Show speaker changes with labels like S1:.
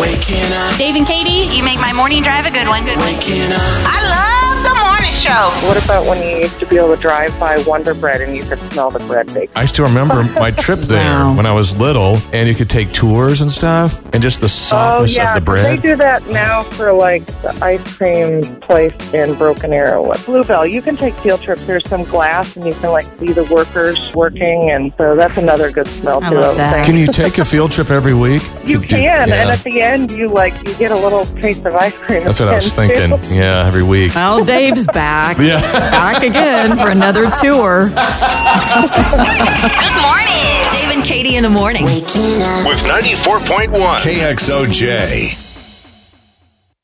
S1: Waking up,
S2: Dave and Katie,
S3: You make my morning drive a good one.
S1: waking up,
S3: I love the morning show.
S4: What about when you used to be able to drive by Wonder Bread and you could smell the bread baked?
S5: I still remember my trip there
S2: Wow.
S5: when I was little, and you could take tours and stuff, and just the softness of Oh,
S4: Oh,
S5: the
S4: 'cause they
S5: bread.
S4: do that now for like the ice cream place in Broken Arrow at Bluebell. You can take field trips. There's some glass and you can like see the workers working, and so that's another good smell
S2: I
S4: too.
S2: love
S4: would
S2: that.
S4: think.
S5: Can you take a field trip every week?
S4: You
S5: Could do-
S4: can,
S5: yeah.
S4: and at the end, you like you get a little taste of ice cream.
S5: That's what I was
S4: again, too.
S5: thinking. Yeah, every week.
S2: well, Dave's back.
S5: Yeah.
S2: Back again for another tour.
S3: Good morning.
S2: Dave and Katie in the morning.
S6: with 94.1 KXOJ.